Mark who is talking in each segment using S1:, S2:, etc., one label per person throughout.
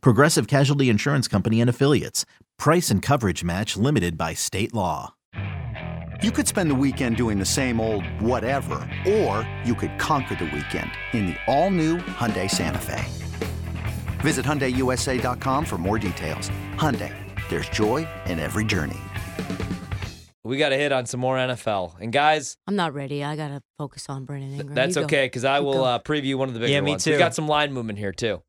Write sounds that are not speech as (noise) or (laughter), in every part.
S1: Progressive Casualty Insurance Company and Affiliates. Price and coverage match limited by state law.
S2: You could spend the weekend doing the same old whatever, or you could conquer the weekend in the all-new Hyundai Santa Fe. Visit HyundaiUSA.com for more details. Hyundai, there's joy in every journey.
S3: We got to hit on some more NFL. And guys,
S4: I'm not ready. I gotta focus on Brendan Ingram.
S3: that's
S4: You go.
S3: okay because I
S4: You
S3: will
S4: go.
S3: uh, preview one of the bigger
S5: Yeah, me
S3: ones. We
S5: too.
S3: got some line movement here too.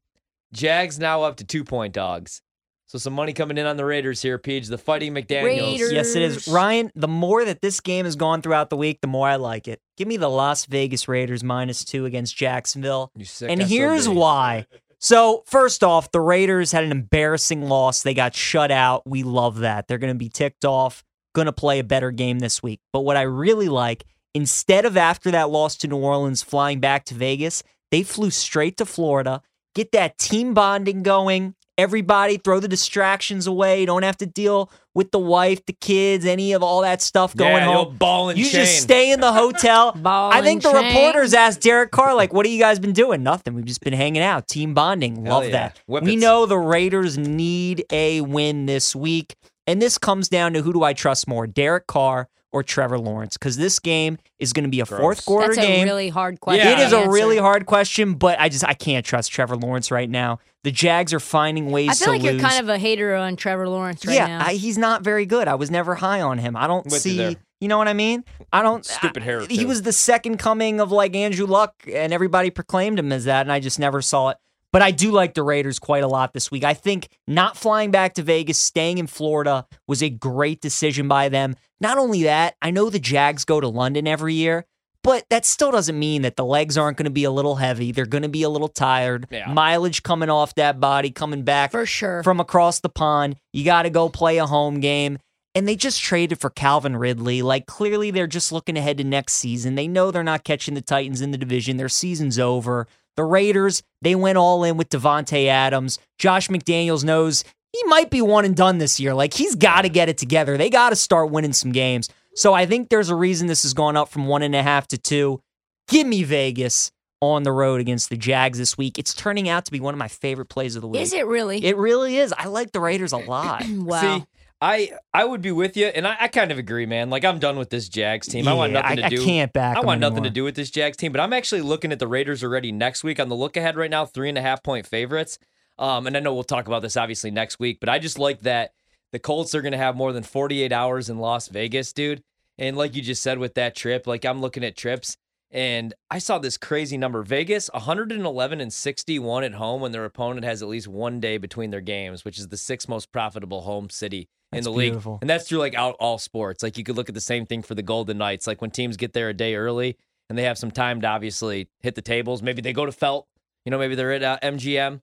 S3: Jags now up to two point dogs. So some money coming in on the Raiders here, Peach. The fighting McDaniels.
S4: Raiders.
S5: Yes, it is.
S4: Raiders.
S5: Ryan, the more that this game has gone throughout the week, the more I like it. Give me the Las Vegas Raiders minus two against Jacksonville.
S3: You sick
S5: and
S3: SOB.
S5: here's why. So, first off, the Raiders had an embarrassing loss. They got shut out. We love that. They're going to be ticked off, going to play a better game this week. But what I really like, instead of after that loss to New Orleans flying back to Vegas, they flew straight to Florida, get that team bonding going. Everybody throw the distractions away. You don't have to deal with the wife, the kids, any of all that stuff going
S3: yeah,
S5: home.
S3: you Ball and
S5: You
S3: chain.
S5: just stay in
S4: (laughs)
S5: the hotel.
S4: Ball
S5: I think the
S4: and chain.
S5: reporters asked Derek Carr, like, what have you guys been doing? Nothing. We've just been hanging out, team bonding.
S3: Hell
S5: Love
S3: yeah.
S5: that. We
S3: Whippets.
S5: know the Raiders need a win this week. And this comes down to who do I trust more, Derek Carr or Trevor Lawrence? Because this game is going to be a
S3: Gross.
S5: fourth quarter
S4: That's
S5: game.
S4: a really hard question.
S3: Yeah.
S5: It is
S4: to
S5: a
S4: answer.
S5: really hard question, but I just I can't trust Trevor Lawrence right now. The Jags are finding ways
S4: I feel
S5: to
S4: like
S5: lose.
S4: you're kind of a hater on Trevor Lawrence right
S5: yeah,
S4: now.
S5: I, he's not very good. I was never high on him. I don't
S3: With you
S5: see.
S3: there.
S5: You know what I mean? I don't.
S3: Stupid hair,
S5: I- he
S3: too.
S5: was the second coming of like Andrew Luck, and everybody proclaimed him as that, and I just never saw it. But I do like the Raiders quite a lot this week. I think not flying back to Vegas, staying in Florida was a great decision by them. Not only that, I know the Jags go to London every year, but that still doesn't mean that the legs aren't going to be a little heavy. They're going to be a little tired.
S3: Yeah.
S5: Mileage coming off that body, coming back
S4: for sure.
S5: from across the pond. You got to go play a home game. And they just traded for Calvin Ridley. Like, clearly, they're just looking ahead to next season. They know they're not catching the Titans in the division. Their season's over. The Raiders, they went all in with Devontae Adams. Josh McDaniels knows he might be one and done this year. Like, he's got to get it together. They got to start winning some games. So I think there's a reason this has gone up from one and a half to two. Give me Vegas on the road against the Jags this week. It's turning out to be one of my favorite plays of the week.
S4: is it really?
S5: It really is. I like the Raiders a lot.
S4: (clears throat) wow.
S3: See, I I would be with you, and I, I kind of agree, man. Like I'm done with this Jags team. I want
S5: Yeah,
S3: nothing
S5: I,
S3: to do.
S5: I can't back.
S3: I
S5: them
S3: want nothing to
S5: anymore.
S3: do with this Jags team, but I'm actually looking at the Raiders already next week on the look ahead right now, three and a half point favorites. Um, and I know we'll talk about this obviously next week, but I just like that the Colts are going to have more than 48 hours in Las Vegas, dude. And like you just said with that trip, like I'm looking at trips and I saw this crazy number Vegas 111 and 61 at home when their opponent has at least one day between their games, which is the sixth most profitable home city
S5: That's
S3: in the
S5: beautiful.
S3: league. And that's through like out all sports. Like you could look at the same thing for the Golden Knights. Like when teams get there a day early and they have some time to obviously hit the tables, maybe they go to Felt, you know, maybe they're at uh, MGM.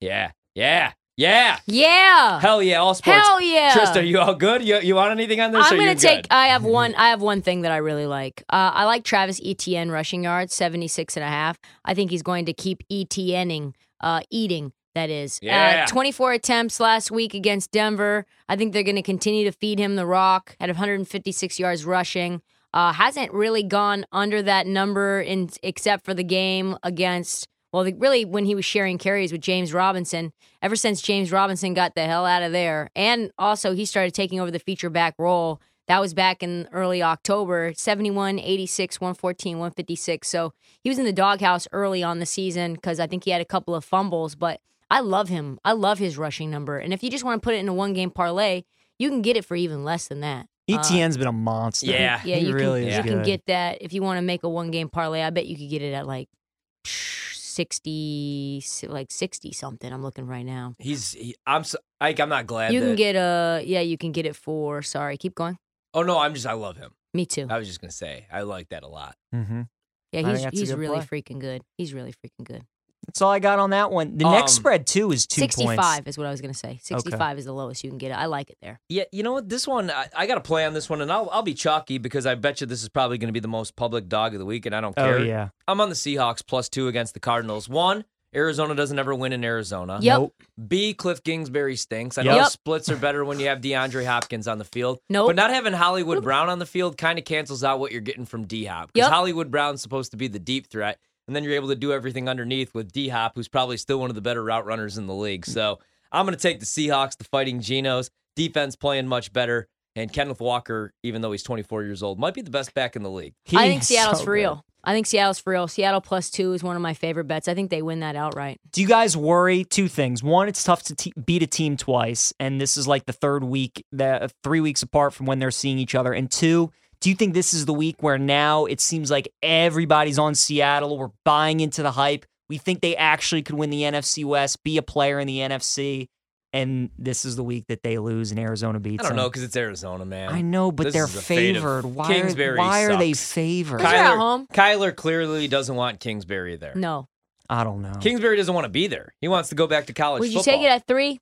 S3: Yeah. Yeah. Yeah.
S4: yeah.
S3: Hell yeah. All sports.
S4: Uh, Hell yeah.
S3: Trist, are you all good? You, you want anything on this?
S4: I'm
S3: or
S4: gonna
S3: you
S4: take.
S3: Good?
S4: I have one. I have one thing that I really like. Uh, I like Travis Etienne rushing yards, 76 and a half. I think he's going to keep Etienning, uh, eating. That is.
S3: Yeah.
S4: Uh, 24 attempts last week against Denver. I think they're going to continue to feed him the rock at 156 yards rushing. Uh, hasn't really gone under that number in except for the game against. Well, the, really, when he was sharing carries with James Robinson, ever since James Robinson got the hell out of there, and also he started taking over the feature back role. That was back in early October 71, 86, 114, 156. So he was in the doghouse early on the season because I think he had a couple of fumbles, but I love him. I love his rushing number. And if you just want to put it in a one game parlay, you can get it for even less than that. Uh,
S5: ETN's E been a monster.
S3: Yeah.
S4: yeah,
S5: he
S4: you
S5: really
S4: can,
S5: is
S4: you
S5: good.
S4: can get that if you want to make a one game parlay. I bet you could get it at like 60 like 60 something. I'm looking right now.
S3: He's. He, I'm. So, I, I'm not glad.
S4: You can
S3: that-
S4: get a yeah, you can get it for sorry, keep going.
S3: Oh no, I'm just. I love him.
S4: Me too.
S3: I was just gonna say. I like that a lot.
S5: Mm-hmm.
S4: Yeah,
S5: Uh, think
S4: he's
S5: that's a
S4: he's
S5: good
S4: really
S5: play.
S4: freaking good. He's really freaking good.
S5: That's all I got on that one. The next
S3: Um,
S5: spread too is two
S4: 65
S5: points.
S4: is what I was going to say. 65 is the lowest you can get. it. I like it there.
S3: Yeah, you know what? This one, I, I got to play on this one, and I'll, I'll be chalky because I bet you this is probably going to be the most public dog of the week, and I don't
S5: Oh
S3: care.
S5: yeah.
S3: I'm on the Seahawks plus two against the Cardinals. One, Arizona doesn't ever win in Arizona.
S4: Yep.
S5: Uh, Nope.
S3: B, Cliff Kingsbury stinks. I
S5: Yep.
S3: know
S4: Yep.
S3: splits are better when you have DeAndre Hopkins on the field.
S4: Nope.
S3: But not having Hollywood Brown on the field kind of cancels out what you're getting from D Hop. Because
S4: Yep.
S3: Hollywood Brown's supposed to be the deep threat. And then you're able to do everything underneath with D Hop, who's probably still one of the better route runners in the league. So I'm going to take the Seahawks, the fighting Genos. Defense playing much better. And Kenneth Walker, even though he's 24 years old, might be the best back in the league.
S5: He
S4: I think
S5: is (laughs)
S4: Seattle's
S5: so
S4: for
S5: good.
S4: real. I think Seattle's for real. Seattle plus two is one of my favorite bets. I think they win that outright.
S5: Do you guys worry two things? One, it's tough to te- beat a team twice, and this is like the third week, the three weeks apart from when they're seeing each other. And two, do you think this is the week where now it seems like everybody's on Seattle? We're buying into the hype. We think they actually could win the NFC West, be a player in the NFC, and this is the week that they lose and Arizona beats.
S3: I don't know
S5: them.
S3: because it's Arizona, man.
S5: I know, but
S3: This
S5: they're
S3: is the fate of-
S5: favored. Why, are,
S3: Kingsbury
S5: why are they
S3: sucks.
S5: favored?
S4: They're at home.
S3: Kyler clearly doesn't want Kingsbury there.
S4: No.
S5: I don't know.
S3: Kingsbury doesn't want to be there. He wants to go back to college
S4: Would you
S3: football.
S4: take it at three?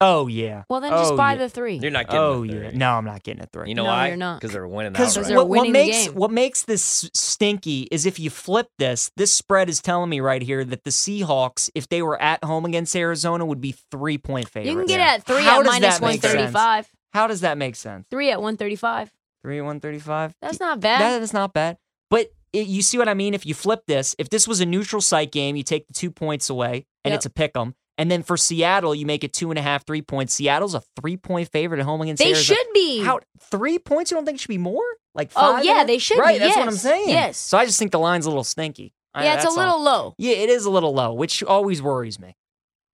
S5: oh, yeah.
S4: Well, then just
S5: Oh,
S4: buy
S5: yeah.
S4: the three.
S3: You're not getting
S5: Oh,
S3: it there.
S5: yeah. No, I'm not getting a three.
S3: You know
S4: No,
S3: why?
S4: you're not.
S3: Because they're winning
S5: Because
S3: outright.
S4: Because they're
S5: what, what
S4: winning the
S5: makes
S4: game.
S5: what makes this stinky is if you flip this, this spread is telling me right here that the Seahawks, if they were at home against Arizona, would be three point favorites.
S4: You can get it at three
S5: How
S4: at
S5: does
S4: minus
S5: that make sense?
S4: 135.
S5: How does that make sense?
S4: Three at 135.
S5: Three one thirty five.
S4: That's not bad.
S5: That is not bad. But it, you see what I mean? If you flip this, if this was a neutral site game, you take the two points away and
S4: Yep.
S5: it's a pick 'em. And then for Seattle, you make it two and a half, three points. Seattle's a three point favorite at home against
S4: they
S5: Arizona.
S4: should be.
S5: How three points? You don't think it should be more? Like
S4: Oh,
S5: five?
S4: yeah,
S5: and a-
S4: they should
S5: Right,
S4: be,
S5: that's what I'm
S4: yes,
S5: saying.
S4: yes.
S5: So I just think the line's a little stinky. I-
S4: yeah, it's a
S5: that's all.
S4: little low.
S5: Yeah, it is a little low, which always worries me.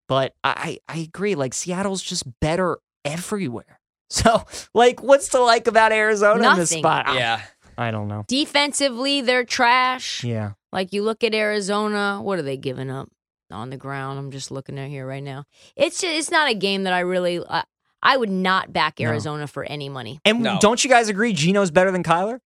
S5: But I I I agree. Like Seattle's just better everywhere. (laughs) So like, what's to like about Arizona in this
S4: Nothing.
S5: spot? I-
S3: yeah.
S5: I don't know.
S4: Defensively, they're trash.
S5: Yeah,
S4: Like you look at Arizona, what are they giving up on the ground? I'm just looking at here right now. It's just, it's not a game that I really I, I would not back
S5: No.
S4: Arizona for any money.
S5: and
S3: No.
S5: don't you guys agree? Gino's better than Kyler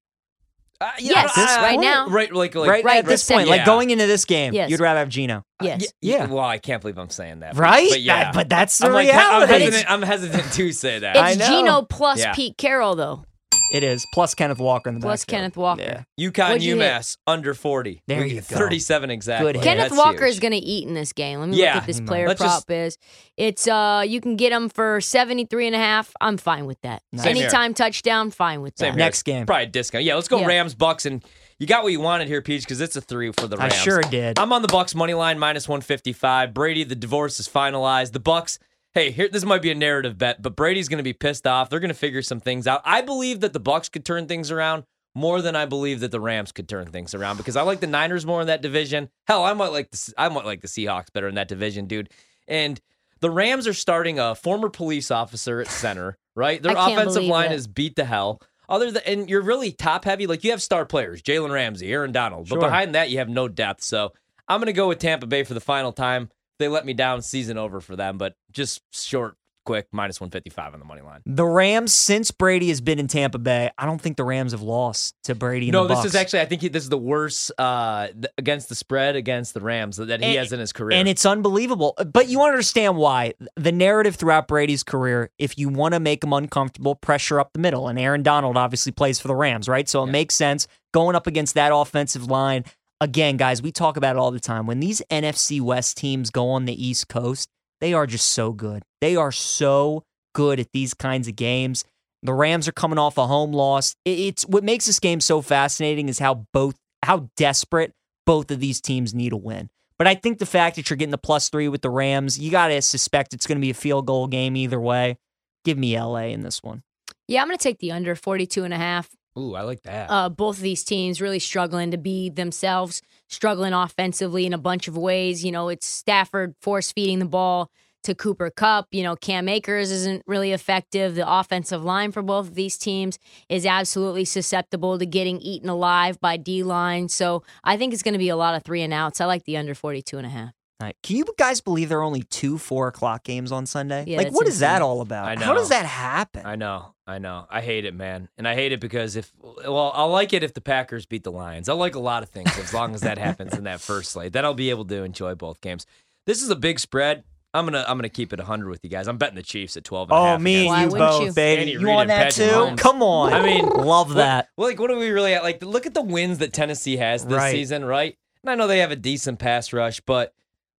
S3: Uh, yeah,
S4: Yes,
S3: I don't- I-
S4: right
S3: I-
S4: now.
S3: Right, like, like
S5: right,
S4: right
S5: at this
S4: this
S5: point. Like
S3: second.
S5: going into this game,
S4: Yes.
S5: you'd rather have Gino,
S4: Yes.
S5: Yeah.
S3: Well, I can't believe I'm saying that. but-
S5: right?
S3: But yeah.
S5: That- but that's the
S3: I'm, like, I'm,
S5: reality.
S3: hesitant, I'm hesitant to say that.
S5: I
S4: It's
S5: know.
S4: Gino plus
S3: Yeah.
S4: Pete Carroll though.
S5: it is plus Kenneth Walker in the
S4: Plus
S5: backfield.
S4: Kenneth Walker.
S5: Yeah.
S3: UConn
S4: What'd you hit?
S3: UMass under 40.
S5: There
S3: We-
S5: you go.
S3: 37 exactly.
S5: Good hit.
S4: Kenneth
S3: That's
S4: Walker
S3: huge.
S4: is going to eat in this game. Let me
S3: Yeah.
S4: look at this
S5: He might.
S4: player
S3: Let's just-
S4: prop is. It's uh you can get him for 73 and a half. I'm fine with that.
S5: Nice.
S3: Same here.
S4: Anytime touchdown, fine with
S3: Same
S4: that.
S3: here.
S5: Next game.
S3: Probably a discount. Yeah, let's go
S4: Yeah.
S3: Rams Bucks and you got what you wanted here, Peach, because it's a three for the
S5: I
S3: Rams.
S5: sure did.
S3: I'm on the Bucks money line minus 155. Brady, the divorce is finalized. The Bucks. Hey, here this might be a narrative bet, but Brady's going to be pissed off. They're going to figure some things out. I believe that the Bucks could turn things around more than I believe that the Rams could turn things around because I like the Niners more in that division. Hell, I might like the I might like the Seahawks better in that division, dude. And the Rams are starting a former police officer at center, right? Their
S4: I can't
S3: offensive
S4: believe
S3: line
S4: it.
S3: is beat to hell. Other than and you're really top heavy. Like you have star players, Jalen Ramsey, Aaron Donald,
S5: Sure.
S3: but behind that you have no depth. So I'm gonna go with Tampa Bay for the final time. They let me down, season over for them, but just short, quick, minus 155 on the money line.
S5: The Rams, since Brady has been in Tampa Bay, I don't think the Rams have lost to Brady. And
S3: No,
S5: the
S3: this
S5: Bucs.
S3: is actually I think he, this is the worst uh, th- against the spread against the Rams that he
S5: And-
S3: has in his career.
S5: and it's unbelievable. But you understand why the narrative throughout Brady's career. If you want to make him uncomfortable, pressure up the middle, and Aaron Donald obviously plays for the Rams, right? So it makes sense going up against that offensive line. Again, guys, we talk about it all the time. When these NFC West teams go on the East Coast, they are just so good. They are so good at these kinds of games. The Rams are coming off a home loss. I- It's what makes this game so fascinating is how both how desperate both of these teams need a win. But I think the fact that you're getting the plus three with the Rams, you gotta suspect it's gonna be a field goal game either way. Give me LA in this one.
S4: Yeah, I'm going to take the under 42 and a half.
S3: Ooh, I like that.
S4: uh, both of these teams really struggling to be themselves, struggling offensively in a bunch of ways. You know, it's Stafford force feeding the ball to Cooper Cup. You know, Cam Akers isn't really effective. The offensive line for both of these teams is absolutely susceptible to getting eaten alive by D line. So I think it's going to be a lot of three and outs. I like the under 42 and a half.
S5: All right. Can you guys believe there are only two four o'clock games on Sunday?
S4: Yeah,
S5: like,
S4: that's
S5: what is that
S4: insane.
S5: all about?
S3: I
S5: How
S3: know.
S5: does that happen?
S3: I know, I know. I hate it, man, and I hate it because if well, I like it if the Packers beat the Lions. I like a lot of things as long as that happens in that first slate. Then I'll be able to enjoy both games. This is a big spread. I'm gonna I'm gonna keep it 100 with you guys. I'm betting the Chiefs at 12. and a
S5: oh,
S3: half
S5: me
S3: against
S4: Why
S5: and you
S4: wouldn't
S5: both,
S4: you?
S5: baby.
S3: Andy
S5: you
S3: Reid
S5: want
S3: and
S5: that
S3: Patrick
S5: too?
S3: Mahomes.
S5: Come on.
S3: I mean,
S5: love that.
S3: Well, like, what are we really at? Like, look at the wins that Tennessee has this
S5: Right.
S3: season, right? And I know they have a decent pass rush, but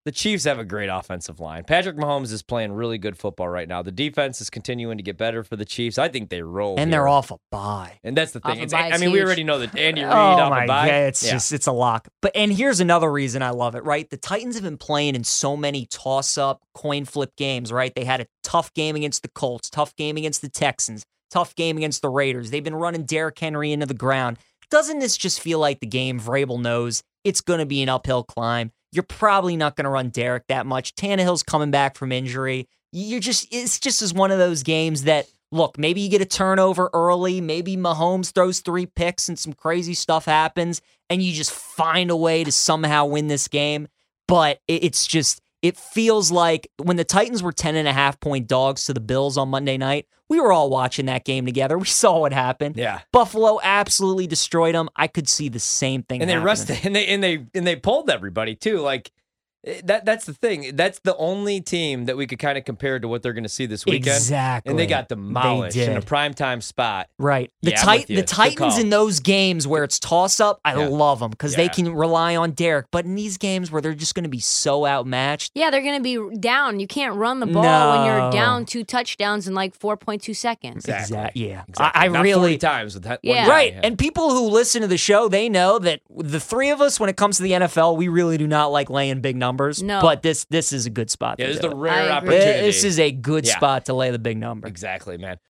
S3: the Chiefs have a great offensive line. Patrick Mahomes is playing really good football right now. The defense is continuing to get better for the Chiefs. I think they roll,
S5: And they're
S3: here.
S5: off a bye.
S3: And that's the
S4: Off
S3: thing.
S4: a
S3: It's,
S4: bye
S3: I
S4: is
S3: mean, we
S4: huge.
S3: already know that Andy Reid
S5: oh
S3: off
S5: my
S3: a bye.
S5: god, it's
S3: Yeah.
S5: just it's a lock. But and here's another reason I love it, right? The Titans have been playing in so many toss-up, coin flip games, right? They had a tough game against the Colts, tough game against the Texans, tough game against the Raiders. They've been running Derrick Henry into the ground. Doesn't this just feel like the game Vrabel knows it's going to be an uphill climb? You're probably not going to run Derrick that much. Tannehill's coming back from injury. You're just it's just is one of those games that look, maybe you get a turnover early, maybe Mahomes throws three picks and some crazy stuff happens, and you just find a way to somehow win this game. But it- it's just it feels like when the Titans were 10 and a half point dogs to the Bills on Monday night, we were all watching that game together. We (laughs) saw what happened.
S3: yeah.
S5: Buffalo absolutely destroyed them. I could see the same thing.
S3: And they
S5: happening.
S3: rested and they and they and they pulled everybody too. Like eh, that that's the thing. That's the only team that we could kind of compare to what they're gonna see this (laughs) weekend.
S5: Exactly.
S3: And they got demolished in a
S5: did.
S3: primetime spot.
S5: Right. The,
S3: Yeah, I'm with
S5: Tit-
S3: you.
S5: the
S3: Good
S5: Titans
S3: call.
S5: in those games where it's toss up, I
S3: Yeah.
S5: love them because they
S3: Yeah.
S5: can rely on Derek. But in these games where they're just going to be so outmatched,
S4: Yeah, they're going to be down. You can't run the ball when
S5: No.
S4: you're down two touchdowns in like 4.2 seconds.
S3: Exactly.
S5: Exact- yeah.
S3: Exactly.
S5: I, I
S3: Not 40
S5: really.
S3: times with that.
S4: Yeah.
S3: One guy,
S5: Right.
S3: yeah.
S5: And people who listen to the show, they know that the three of us, when it comes to the NFL, we really do not like laying big numbers.
S4: No.
S5: But this this is a good spot.
S3: yeah,
S5: to
S3: this is
S5: do
S3: the
S5: it.
S3: rare
S4: I agree.
S3: opportunity.
S5: This is a good
S3: Yeah.
S5: spot to lay the big number.
S3: exactly, man.